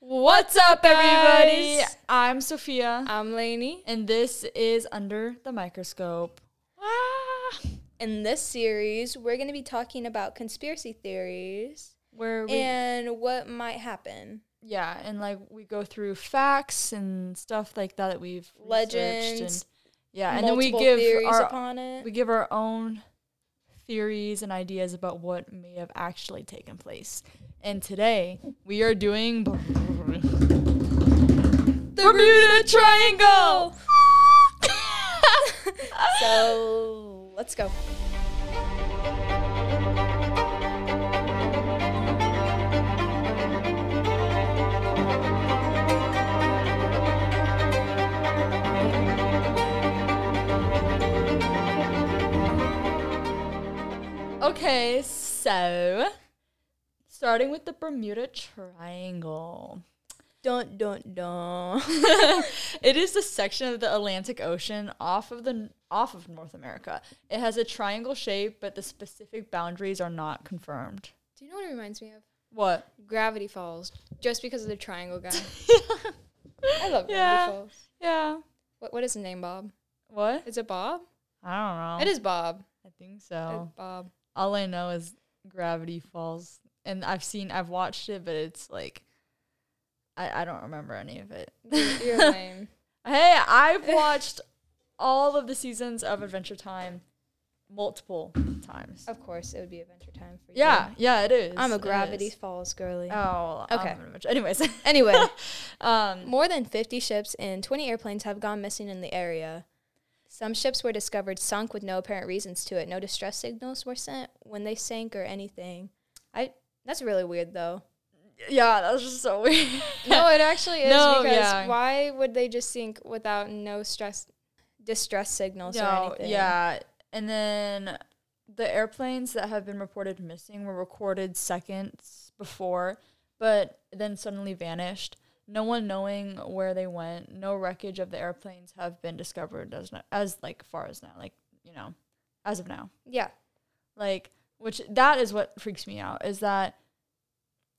What's up, everybody? Guys, I'm Sophia, I'm Lainey. and this is Under the Microscope. In this series, we're going to be talking about conspiracy theories Where we, and what might happen. yeah, and like we go through facts and stuff like that that we've researched Legends, and, yeah, and then we multiple give theories our upon it. we give our own theories and ideas about what may have actually taken place. And today we are doing the Bermuda Triangle. so let's go. Okay, so starting with the Bermuda Triangle. Dun dun dun. it is the section of the Atlantic Ocean off of the off of North America. It has a triangle shape, but the specific boundaries are not confirmed. Do you know what it reminds me of? What? Gravity Falls, just because of the triangle guy. I love Gravity Yeah. Falls. Yeah. What, what is his name, Bob? What? Is it Bob? I don't know. It is Bob. I think It's so. Bob. All I know is Gravity Falls, and I've seen, I've watched it, but it's like, I, I don't remember any of it. You're, you're lame. Hey, I've watched all of the seasons of Adventure Time multiple times. Of course, it would be Adventure Time for Oh, you. Yeah, yeah, it is. I'm a It Gravity is. Falls girly. Oh, okay. Okay. anyways, Anyway, um, more than 50 ships and 20 airplanes have gone missing in the area. Some ships were discovered sunk with no apparent reasons to it. No distress signals were sent when they sank or anything. I that's really weird though. yeah, that was just so weird. No, it actually is No, because yeah. why would they just sink without no stress? Distress signals or no, anything. yeah, and then the airplanes that have been reported missing were recorded seconds before, but then suddenly vanished. No one knowing where they went. No wreckage of the airplanes have been discovered as no- as like far as now, like you know, as of now. Yeah. like which that is what freaks me out is that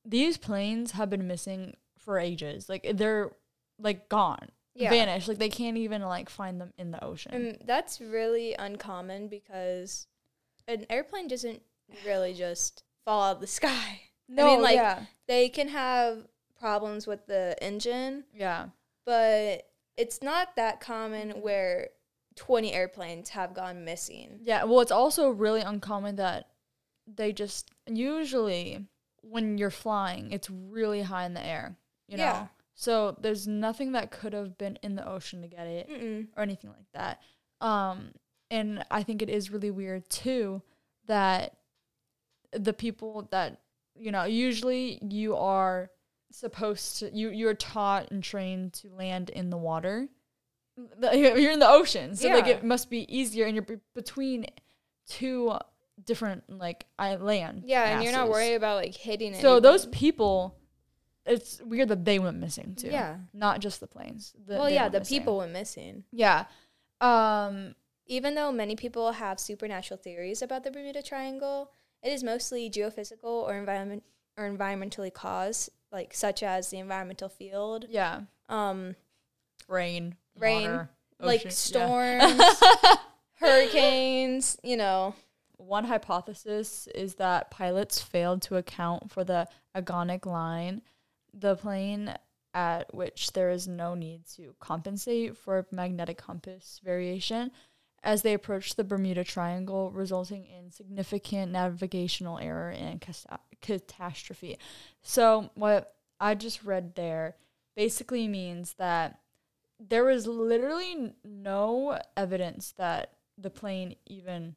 these planes have been missing for ages like they're like gone Yeah. vanished like they can't even like find them in the ocean And um, that's really uncommon because an airplane doesn't really just fall out of the sky. I mean, like yeah they can have problems with the engine, yeah but it's not that common Mm-hmm. where 20 airplanes have gone missing. yeah well it's also really uncommon that they just usually when you're flying it's really high in the air you know Yeah. so there's nothing that could have been in the ocean to get it Mm-mm. or anything like that. Um, and I think it is really weird too that the people that you know usually you are supposed to you you're taught and trained to land in the water. The- You're in the ocean, so like Yeah. it must be easier, and you're be- between two different like I land. Yeah, and you're not masses. worried about like hitting it. So those people, it's weird that they went missing too. Yeah. not just the planes. The, Well, they yeah, went the missing. people were missing. Yeah. Um, Even though many people have supernatural theories about the Bermuda Triangle, it is mostly geophysical or environment or environmentally caused, like such as the environmental field, yeah. um, Rain. Rain, water, ocean, like Oh, yeah. storms, hurricanes, you know. One hypothesis is that pilots failed to account for the agonic line, the plane at which there is no need to compensate for magnetic compass variation as they approach the Bermuda Triangle, resulting in significant navigational error and casta- catastrophe. So, what I just read there basically means that there was literally n- no evidence that the plane even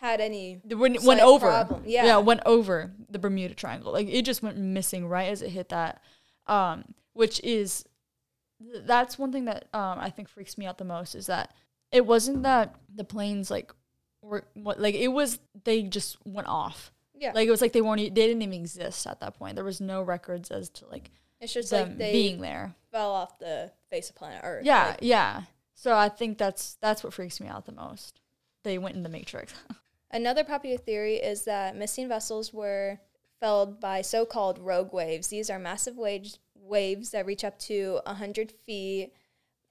Had any the- when, So went it's over. problem. Yeah. Yeah. went over the Bermuda Triangle. Like it just went missing right as it hit that, um, which is th- that's one thing that um, I think freaks me out the most is that it wasn't that the planes like were what like it was they just went off. Yeah. Like it was like they weren't e- they didn't even exist at that point. There was no records as to like It's just them like they being there. fell off the face of planet Earth. Yeah, like- yeah. So I think that's that's what freaks me out the most. They went in the matrix. Another popular theory is that missing vessels were felled by so called rogue waves. These are massive waves, waves that reach up to 100 feet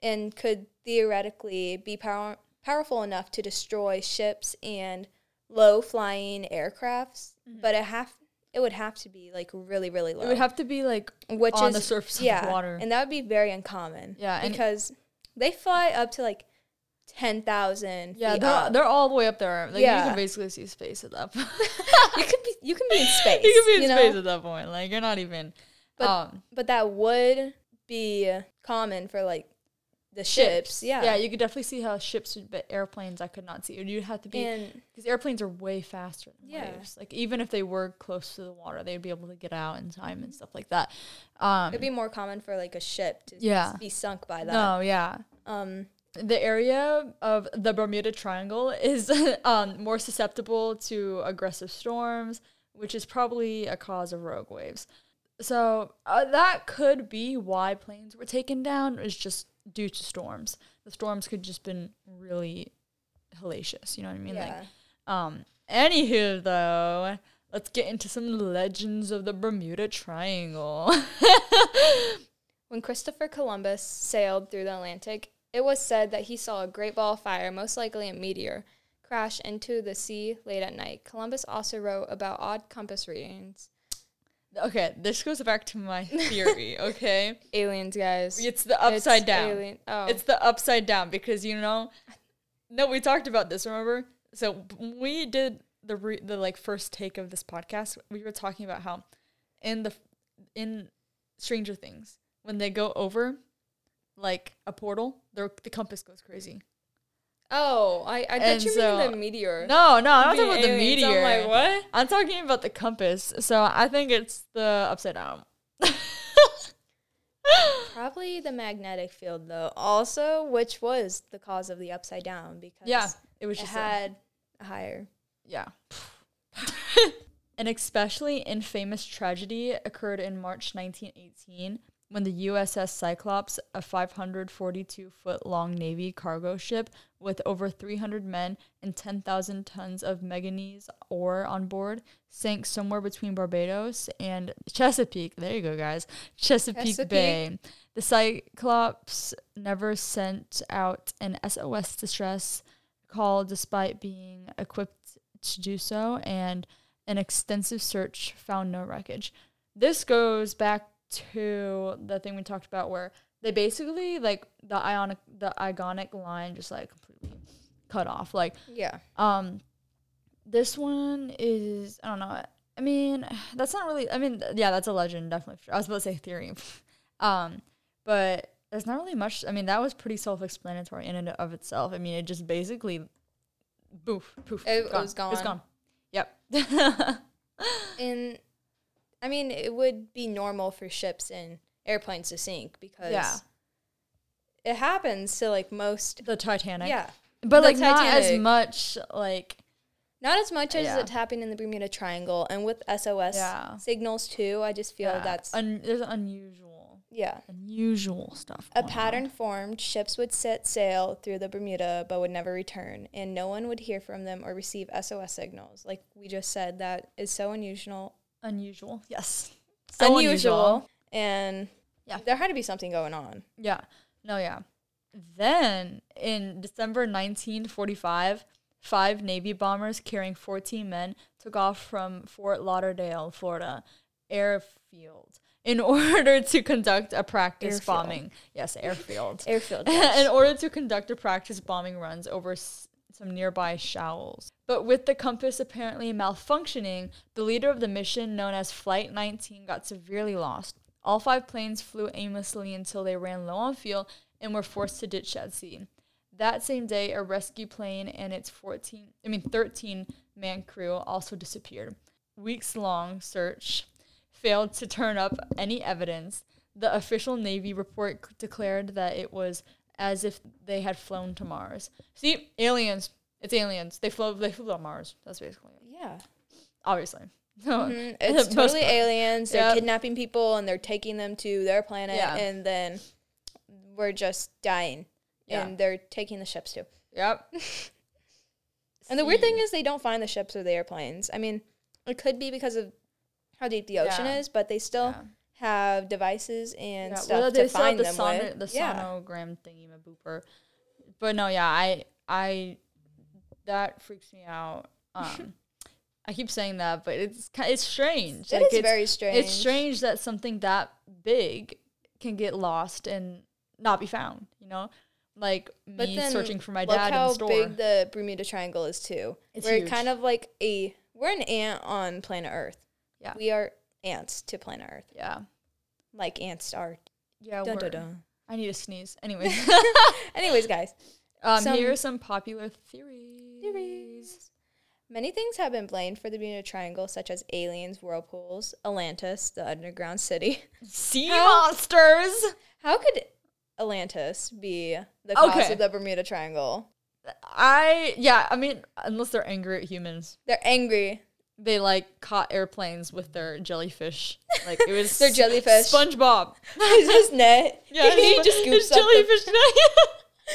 and could theoretically be power- powerful enough to destroy ships and low flying aircrafts, but it have it would have to be like really really low. Mm-hmm. It would have to be like which on is the surface of yeah, water. and that would be very uncommon. Yeah, and- because they fly up to like ten thousand. yeah, feet they're, up. they're all the uh, way up there. Like you Yeah. can basically see space at that point. you can be you can be in space. you can be in know? space at that point. Like you're not even. But- um, but that would be common for like the ships. Yeah, yeah, you could definitely see how ships, would, but airplanes I could not see. You'd have to be and because airplanes are way faster than Yeah. waves. Like even if they were close to the water, they'd be able to get out in time and stuff like that. Um, it'd be more common for like a ship to Yeah. be sunk by that. no, yeah. Um, The area of the Bermuda Triangle is um, more susceptible to aggressive storms, which is probably a cause of rogue waves. So uh, that could be why planes were taken down. Is just due to storms. The storms could just been really hellacious. You know what I mean? Like yeah. Um, anywho, though, let's get into some legends of the Bermuda Triangle. When Christopher Columbus sailed through the Atlantic, it was said that he saw a great ball of fire, most likely a meteor, crash into the sea late at night. Columbus also wrote about odd compass readings. okay, this goes back to my theory. Okay, Aliens, guys. it's the upside It's down. alien- Oh. It's the upside down because you know, no, we talked about this. Remember? So b- we did the re- the like first take of this podcast. We were talking about how in the f- in Stranger Things when they go over like a portal, their the compass goes crazy. oh, I, I And thought you meant so- the meteor. No, no, I'm not Being talking about the aliens. meteor. I'm like, what? I'm talking about the compass. So I think it's the upside down. Probably the magnetic field, though, also, which was the cause of the upside down because yeah, it was it just a- had a higher. yeah. An especially infamous tragedy occurred in March 1918 when the USS Cyclops, a 542 foot long Navy cargo ship with over 300 men and 10,000 tons of manganese ore on board, sank somewhere between Barbados and Chesapeake. There you go, guys. Chesapeake, Chesapeake. Bay. The Cyclops never sent out an SOS distress call despite being equipped to do so, and an extensive search found no wreckage. This goes back to the thing we talked about where they basically like the ionic the ionic line just like completely cut off. Like Yeah. um this one is I don't know. I mean, that's not really I mean, th- yeah, that's a legend definitely. I was about to say theory. um but there's not really much I mean, that was pretty self-explanatory in and of itself. I mean, it just basically boof poof It- it was It's gone. gone. Yep. And I mean, it would be normal for ships and airplanes to sink because Yeah. it happens to like most. the Titanic. Yeah. But The like not as Titanic. much like Not as much as Yeah. it happened in the Bermuda Triangle and with SOS Yeah. signals too. I just feel yeah, that's. uh, un- there's unusual yeah. unusual stuff. A going on. pattern formed, ships would set sail through the Bermuda but would never return, and no one would hear from them or receive SOS signals. Like we just said, that is so unusual. unusual. Yes. And Yeah. there had to be something going on. Yeah. No, yeah. Then in December 1945, five Navy bombers carrying 14 men took off from Fort Lauderdale, Florida airfield in order to conduct a practice Airfield. bombing. Yes, airfield. Airfield. in order to conduct a practice bombing runs over s- some nearby shoals. But with the compass apparently malfunctioning, the leader of the mission, known as Flight 19, got severely lost. All five planes flew aimlessly until they ran low on fuel and were forced to ditch at sea. That same day, a rescue plane and its 14, I mean 13 man crew also disappeared. Weeks long search failed to turn up any evidence. The official Navy report c- declared that it was as if they had flown to Mars. See, aliens. It's aliens. They flew. They flew to Mars. That's basically it. yeah. Obviously. No. Mhm. It's Most totally part. aliens. They're Yep. kidnapping people and they're taking them to their planet, Yeah. and then we're just dying. Yeah. And they're taking the ships too. Yep. And the weird thing Hmm. is, they don't find the ships or the airplanes. I mean, it could be because of how deep the ocean Yeah. is, but they still Yeah. have devices and stuff to well, still have find the them sono- with. the yeah. sonogram thingy, my booper. But no, yeah, I I that freaks me out. Um, I keep saying that, but it's ki- it's strange. It Like, is it's, very strange. It's strange that something that big can get lost and not be found. You know, like But me then searching for my Look dad in how the store. big the Bermuda Triangle is too. It's we're huge. kind of like a we're an ant on planet Earth. Yeah. we are ants to planet Earth, yeah, like ants are. yeah. Dun, dun, word. dun. I need to sneeze. Anyway, Anyways, guys, um, Some- here are some popular theories. Theories. many things have been blamed for the Bermuda Triangle, such as aliens, whirlpools, Atlantis, the underground city. Sea How- monsters. How could Atlantis be the cause Okay. of the Bermuda Triangle? I yeah, I mean, unless they're angry at humans, They're angry. they like caught airplanes with their jellyfish. Like it was Their jellyfish. SpongeBob. Is this net? Yeah, he it's- just it's scoops up the jellyfish.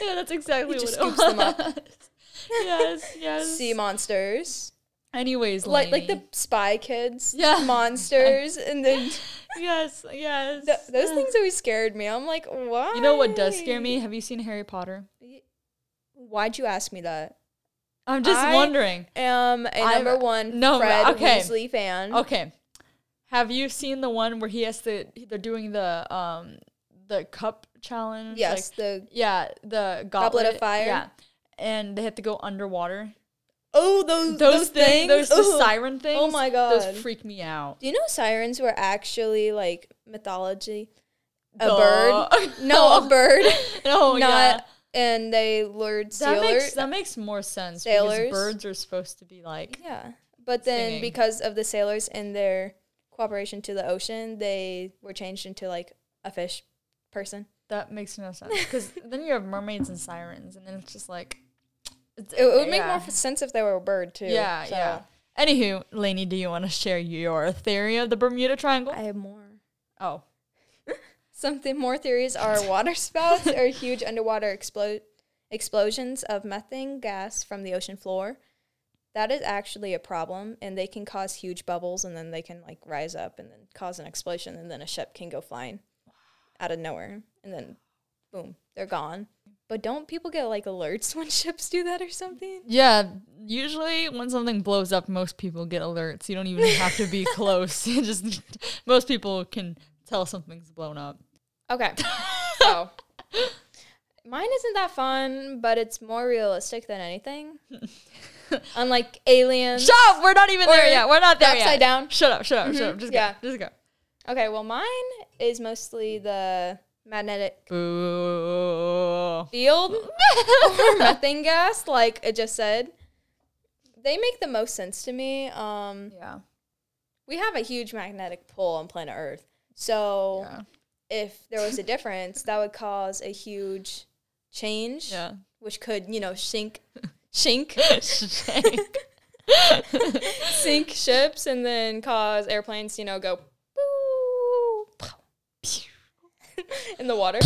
yeah, that's exactly He what just it scoops them up. was. yes, yes. sea monsters, Anyways, like like the Lainey. Spy Kids, Yeah. monsters, and then yes, yes. th- those things always scared me. I'm like, why? You know what does scare me? Have you seen Harry Potter? Why'd you ask me that? I'm just I- wondering. Um, a I'm- number one no, Fred okay. Weasley fan. Okay. Have you seen the one where he has to? They're doing the um the cup challenge. Yes, like- the yeah, the goblet, Goblet of Fire? Yeah, and they have to go underwater. oh those Those, things, those the Ugh. siren things. my God. those freak me out. Do you know sirens were actually like mythology? A Duh. Oh bird? No, a bird. no, yeah. Not. And they lured That makes sealers. that makes more sense Sailors. because birds are supposed to be like Yeah. But then Singing. because of the sailors and their cooperation to the ocean, they were changed into like a fish person. that makes no sense because then you have mermaids and sirens and then it's just like it's- It, it would make yeah. more sense if they were a bird too. Yeah, so. yeah. Anywho, Lainey, do you want to share your theory of the Bermuda Triangle? I have more. oh, Something more theories are water spouts or huge underwater explo- explosions of methane gas from the ocean floor. That is actually a problem, and they can cause huge bubbles, and then they can like rise up and then cause an explosion, and then a ship can go flying out of nowhere, and then boom, they're gone. But don't people get like alerts when ships do that or something? yeah. Usually, when something blows up, most people get alerts. You don't even have to be close. It just most people can tell something's blown up. Okay. so mine isn't that fun, but it's more realistic than anything. Unlike aliens. Shut up! We're not even there Or yet. We're not there upside yet. down. Shut up! Shut up! Shut up! Just Yeah. go. Just go. Okay, well mine is mostly the magnetic Boo. field or methane gas, like it just said. They make the most sense to me. Um, Yeah. we have a huge magnetic pull on planet Earth. So Yeah. if there was a difference, that would cause a huge change, Yeah. which could, you know, sink, sink, sink ships and then cause airplanes, you know, go boop, in the water.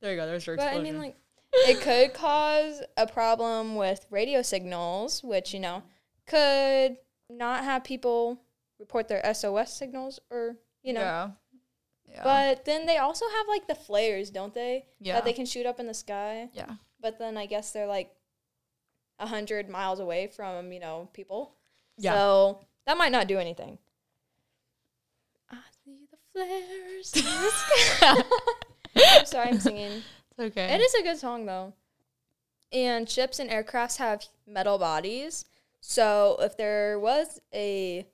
there you go. There's your But explosion. I mean, like, it could cause a problem with radio signals, which, you know, could not have people report their SOS signals or, you know. yeah. Yeah. But then they also have, like, the flares, don't they? Yeah. That they can shoot up in the sky. yeah. But then I guess they're, like, 100 miles away from, you know, people. Yeah. So that might not do anything. I see the flares in the sky. I'm sorry, I'm singing. It's okay. It is a good song though. And ships and aircrafts have metal bodies. So if there was a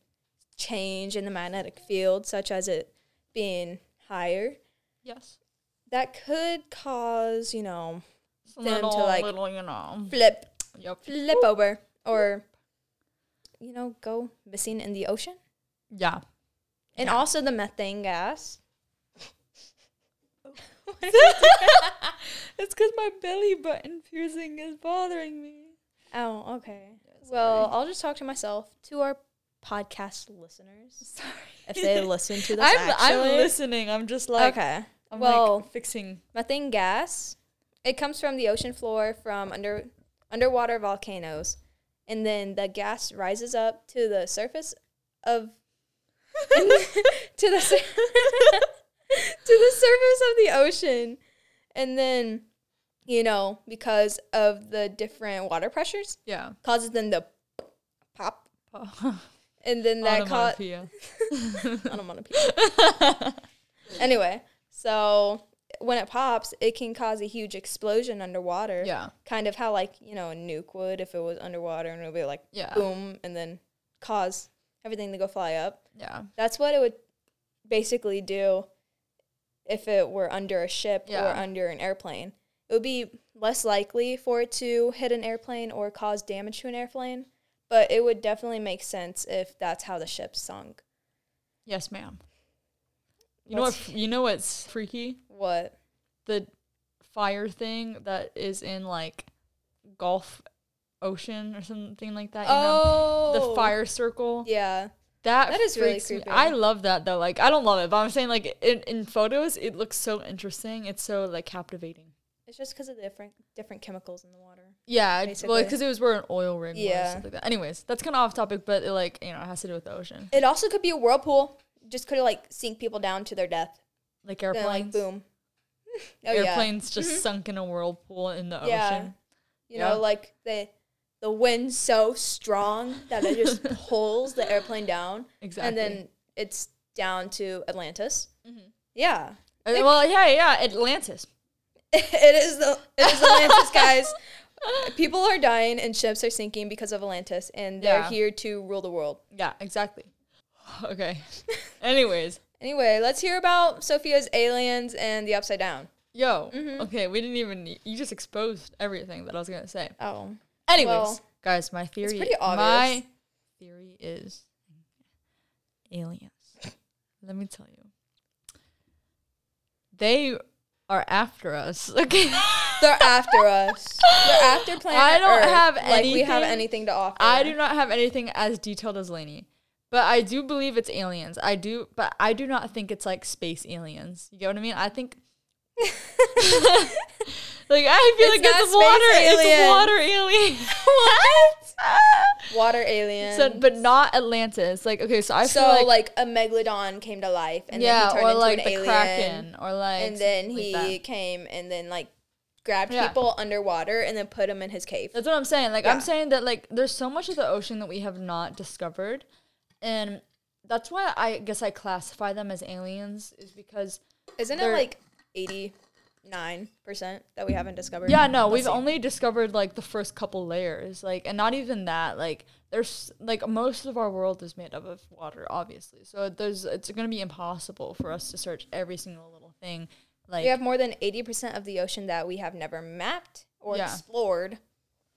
change in the magnetic field, such as it being higher, Yes. that could cause, you know, Them them to, little, like- little, you know. flip Yep. flip over or you know, go missing in the ocean. Yeah. And also the methane gas. It's because my belly button piercing is bothering me. Oh, okay. well, I'll just talk to myself, to our podcast listeners, Sorry. if they listen to this. I'm, I'm actually. listening. I'm just like, okay. I'm well, like fixing. methane gas, it comes from the ocean floor from under underwater volcanoes, and then the gas rises up to the surface of and then- to the sur- to the surface of the ocean, and then you know because of the different water pressures Yeah. causes them to pop, Oh, and then that caught onomatopoeia. onomatopoeia. anyway, so when it pops, it can cause a huge explosion underwater. Yeah. Kind of how like, you know, a nuke would if it was underwater and it would be like Yeah. boom and then cause everything to go fly up. Yeah. That's what it would basically do if it were under a ship Yeah. or under an airplane. It would be less likely for it to hit an airplane or cause damage to an airplane, but it would definitely make sense if that's how the ship sunk. Yes, ma'am. You know what? You know what's freaky? What? The fire thing that is in like Gulf Ocean or something like that. You Oh, know? um, The fire circle. Yeah. That, That is really freaks me- creepy. I love that though. Like I don't love it, but I'm saying like in, in photos it looks so interesting. It's so like captivating. It's just because of the different different chemicals in the water. Yeah, it's- well, well, because 'cause it was where an oil rig was, Yeah. was. stuff Like that. Anyways, that's kind of off topic, but it like you know it has to do with the ocean, It also could be a whirlpool. Just could like sink people down to their death. like Then, airplanes. like boom. Oh yeah. airplanes just sunk in a whirlpool in the Yeah. ocean. You yeah. know, like the the wind's so strong that it just pulls the airplane down, Exactly. Mm-hmm. and then it's down to Atlantis. Yeah, Uh, well, yeah, yeah, Atlantis. it is the it is Atlantis, guys. People are dying and ships are sinking because of Atlantis, and they're Yeah. here to rule the world. Yeah, exactly. Okay. Anyways, Anyway, let's hear about Sophia's aliens and the Upside Down. yo. Mm-hmm. Okay, we didn't even. You just exposed everything that I was gonna say. Oh, Anyways, Well, guys, my theory. pretty My obvious. theory is aliens. Let me tell you, they are after us. Okay. they're after us. They're after planet I don't Earth, have like we have anything. anything to offer. I do not have anything as detailed as Lainey, but I do believe it's aliens. I do, but I do not think it's like space aliens. You get what I mean? I think. like I feel It's like not it's space water. alien. It's water alien. what? water aliens. So, but not Atlantis. Like, okay, so I so feel like, like, a megalodon came to life, and yeah, then he turned or into like an the alien, Kraken, or like, and then something he like that. came and then like grabbed Yeah. people underwater and then put them in his cave. That's what I'm saying. Like, Yeah. I'm saying that like there's so much of the ocean that we have not discovered, and that's why I guess I classify them as aliens is because Isn't it they're- like eighty nine percent that we haven't discovered? yeah, no, we've Let's see. only discovered like the first couple layers, like, and not even that. Like, there's like most of our world is made up of water, obviously. So there's it's gonna be impossible for us to search every single little thing. Like, We have more than eighty percent of the ocean that we have never mapped or Yeah. explored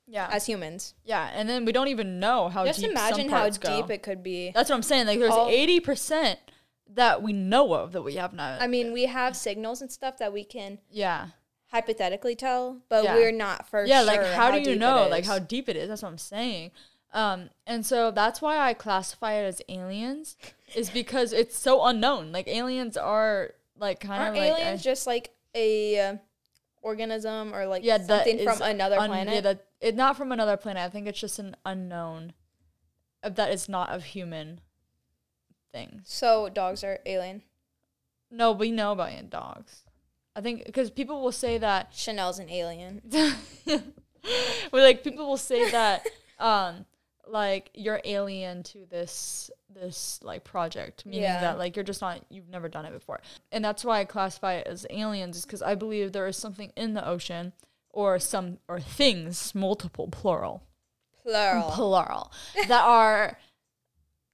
yeah, as humans. yeah, and then we don't even know how Just deep imagine some how parts go. deep it could be. That's what I'm saying. Like, there's All- eighty percent that we know of that we have not. I mean, we have signals and stuff that we can yeah, hypothetically tell, but Yeah. we're not for yeah. sure. like, how, do you deep it know? Like, is. how deep it is? That's what I'm saying. Um, and so that's why I classify it as aliens, is because it's so unknown. Like, aliens are like kind Aren't of like I- aliens just like a uh, organism or like yeah, that something is from another un- planet? Yeah, that it not from another planet. I think it's just an unknown, of that is not of human things. so dogs are alien. No, we know about ant dogs. I think because people will say that Chanel's an alien. well, like people will say that, um, like you're alien to this this like project, meaning Yeah. that like you're just not you've never done it before, and that's why I classify it as aliens, is because I believe there is something in the ocean or some or things multiple plural Plural. plural that are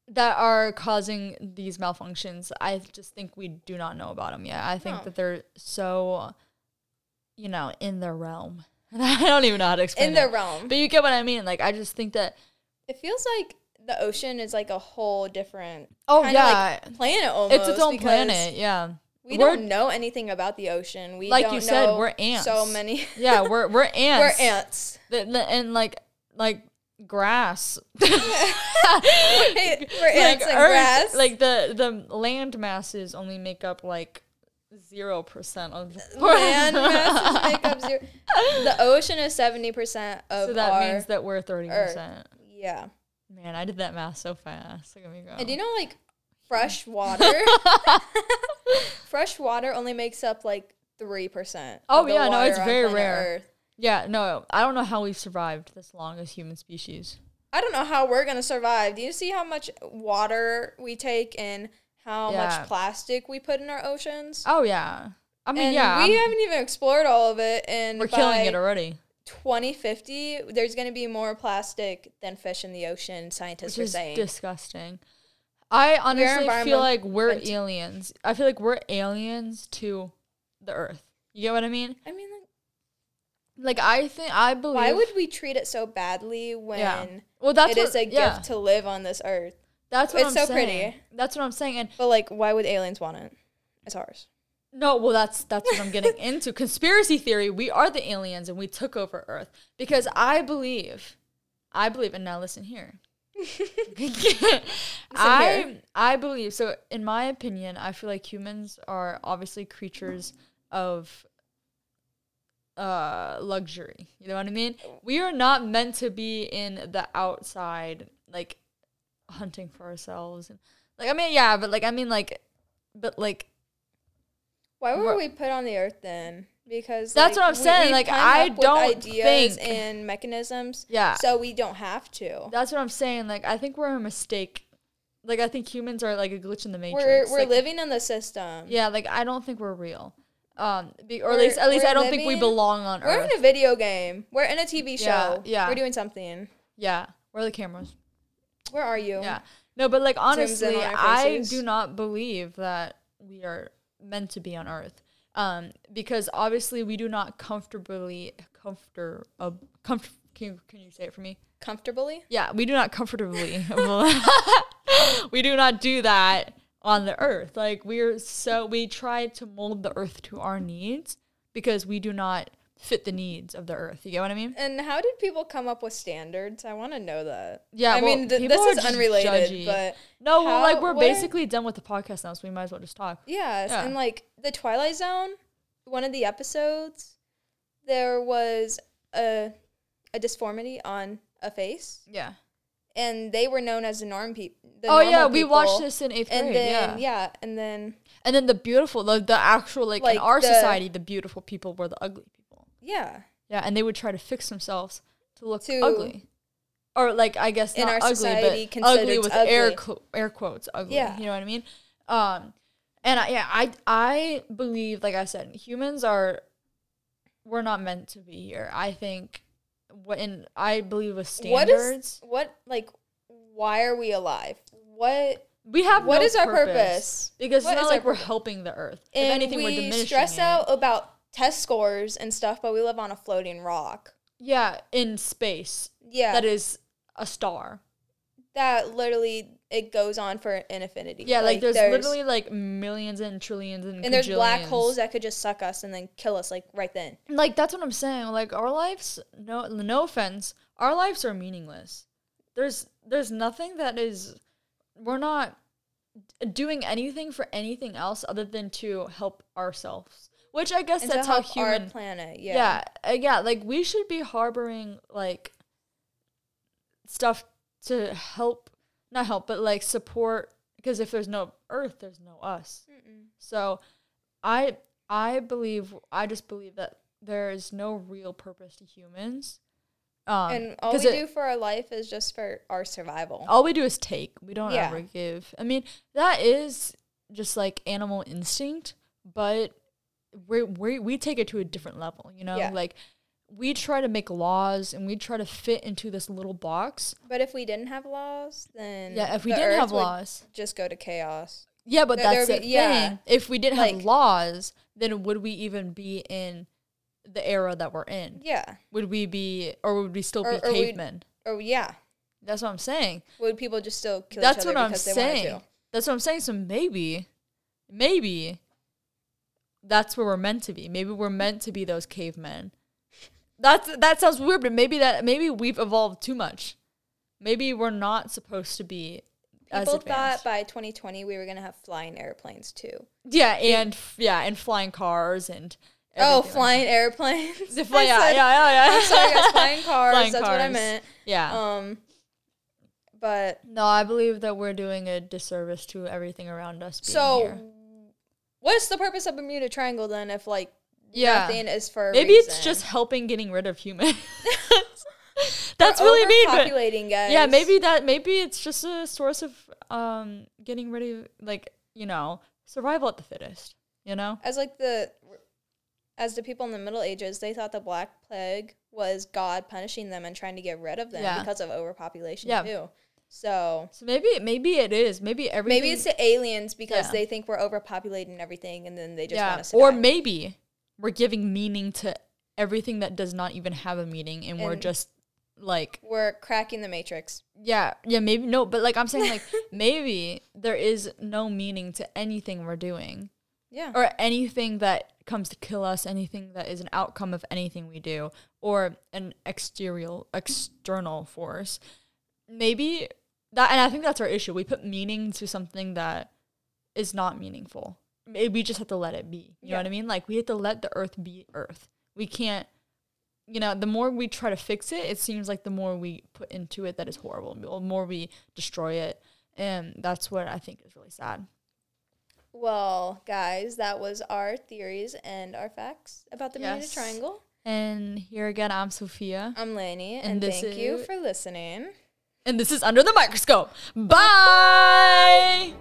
that are causing these malfunctions. I just think we do not know about them yet. I think No. that they're so, you know, in their realm. I don't even know how to explain In the it. realm. But you get what I mean. Like I just think that It feels like the ocean is like a whole different oh kinda yeah, like planet almost. it's its own because planet. Yeah, We We're- don't know anything about the ocean. We Like don't you said, know we're ants. So many. yeah. We're we're we're ants. ants. Th- th- and like like grass. we're ants and Earth- grass. Like the the land masses only make up like zero percent of the land masses make up zero. The ocean is seventy percent of So that our means that we're thirty percent. yeah. Man, I did that math so fast. Look at me go. And do you know like fresh water. fresh water only makes up like three percent. Oh, yeah, no, it's very rare. Yeah, no, I don't know how we've survived this long as human species. I don't know how we're gonna survive. Do you see how much water we take and how Yeah. much plastic we put in our oceans? Oh yeah, I mean and yeah, we I'm- haven't even explored all of it. And we're killing by it already, 2050, there's gonna be more plastic than fish in the ocean. Scientists which are is saying. disgusting. I honestly feel environment- like we're but- aliens. I feel like we're aliens to the Earth. You get what I mean? I mean, like, Like I think I believe. why would we treat it so badly when Well, that's it what, is a yeah, gift to live on this earth? That's what it's I'm so pretty. saying. That's what I'm saying. And But like, why would aliens want it? It's ours. No, well, that's that's what I'm getting into. Conspiracy theory: we are the aliens and we took over Earth because I believe, I believe, and now listen here. I I believe so. In my opinion, I feel like humans are obviously creatures of uh luxury. You know what I mean? We are not meant to be in the outside, like hunting for ourselves. And like, I mean, yeah, but like, I mean, like, but like. Why were We're- we put on the earth then? Because That's what I'm saying, we've like, come I up with don't ideas think- and mechanisms, Yeah. so we don't have to. That's what I'm saying. Like, I think we're a mistake. Like, I think humans are like a glitch in the We're matrix. we're Like, living in the system. Yeah, like I don't think we're real. Um, be, or at We're- least at least we're I don't think we living- belong on We're Earth. in a video game. We're in a TV Yeah, show. yeah. We're doing something. yeah, we're the cameras. Where are you? Yeah, no, but like honestly, on our I faces. do not believe that we are meant to be on Earth. Um, because obviously we do not comfortably comfort uh, comfort. Can you, can you say it for me? Comfortably? Yeah, we do not comfortably. we do not do that on the earth. Like we're so we try to mold the earth to our needs because we do not fit the needs of the earth. You get what I mean? And how did people come up with standards? I want to know that. Yeah, I well, mean, th- people this are is just unrelated, judgy. but No, well, like How- we're what are- basically done with the podcast now, so we might as well just talk. Yes, Yeah. and like the Twilight Zone, one of the episodes, there was a a disformity on a face, Yeah. and they were known as the norm peop- the Oh yeah, normal we people. watched this in eighth grade. And then yeah. yeah. and then and then the beautiful, the, the actual like, in Like, our the- society, the beautiful people were the ugly people. yeah, Yeah, and they would try to fix themselves to look To- ugly, or like I guess In not our ugly, society but ugly considered with ugly. air qu- air quotes ugly. Yeah. you know what I mean. Um, and I, yeah, I I believe, like I said, humans are we're not meant to be here. I think what and I believe with what standards, is what like? Why are we alive? What we have what no is our purpose, purpose? because What it's not is like our we're purpose? helping the earth. if And anything, we we're diminishing. stress it. out about test scores and stuff, but we live on a floating rock. yeah, in space Yeah, that is a star. that literally it goes on for an infinity. Yeah, like, there's, literally like millions and trillions and and there's black gajillions. holes that could just suck us and then kill us like right then. Like that's what I'm saying. Like our lives, no, no offense, our lives are meaningless. There's there's nothing that is. We're not doing anything for anything else other than to help ourselves. Which I guess And that's to how help human. our planet. Yeah. yeah, uh, yeah. Like we should be harboring like stuff to help, not help, but like support. Because if there's no Earth, there's no us. Mm-mm. So I I believe I just believe that there is no real purpose to humans. Um, And all 'cause we it- Oh. do for our life is just for our survival. all we do is take. We don't Yeah. ever give. I mean, that is just like animal instinct, but we we we take it to a different level, you know? Yeah. Like we try to make laws and we try to fit into this little box. But if we didn't have laws, then Yeah, if we the didn't Earth have would laws. just go to chaos. Yeah, but There- there that's would the be- yeah. thing. If we didn't have Like- laws, then would we even be in the era that we're in? Yeah. would we be or would we still Or- be or we'd- cavemen Oh yeah. that's what i'm saying Would people just still kill that's each other what i'm because they wanted saying to? that's what i'm saying so maybe maybe that's where we're meant to be maybe we're meant to be those cavemen that's that sounds weird but maybe that maybe we've evolved too much maybe we're not supposed to be as People advanced. thought by 2020 we were gonna have flying airplanes too. yeah and f- yeah and flying cars and Oh, everything like- flying airplanes. yeah, yeah I said- yeah yeah I'm sorry, guys. Flying cars. Flying that's what I cars. meant. yeah Um, But No, I believe that we're doing a disservice to everything around us. Being so, here. what's the purpose of Bermuda Triangle then? If like yeah, nothing is for a maybe it's reason? just helping getting rid of humans. We're That's really mean, but overpopulating, guys. yeah, maybe that maybe it's just a source of um getting rid of like you know survival at the fittest. You know, as like the as the people in the Middle Ages, they thought the Black Plague was God punishing them and trying to get rid of them Yeah. because of overpopulation Yeah. too. So so maybe maybe it is maybe everything maybe it's the aliens because Yeah. they think we're overpopulating everything, and then they just want us to or die. maybe we're giving meaning to everything that does not even have a meaning, and we're And- just like we're cracking the matrix. Yeah, yeah, maybe no, but like I'm saying, like maybe there is no meaning to anything we're doing Yeah, or anything that comes to kill us, anything that is an outcome of anything we do or an exterior external force. Maybe that, and I think that's our issue. We put meaning to something that is not meaningful. Maybe we just have to let it be. You know what I mean? Like we have to let the earth be earth. We can't. You know, the more we try to fix it, it seems like the more we put into it that is horrible. The more we destroy it, and that's what I think is really sad. Well, guys, that was our theories and our facts about the Bermuda Yes. Triangle. And here again, I'm Sophia. I'm Lainey, And and, this thank you is- for listening. And this is Under the Microscope. Bye!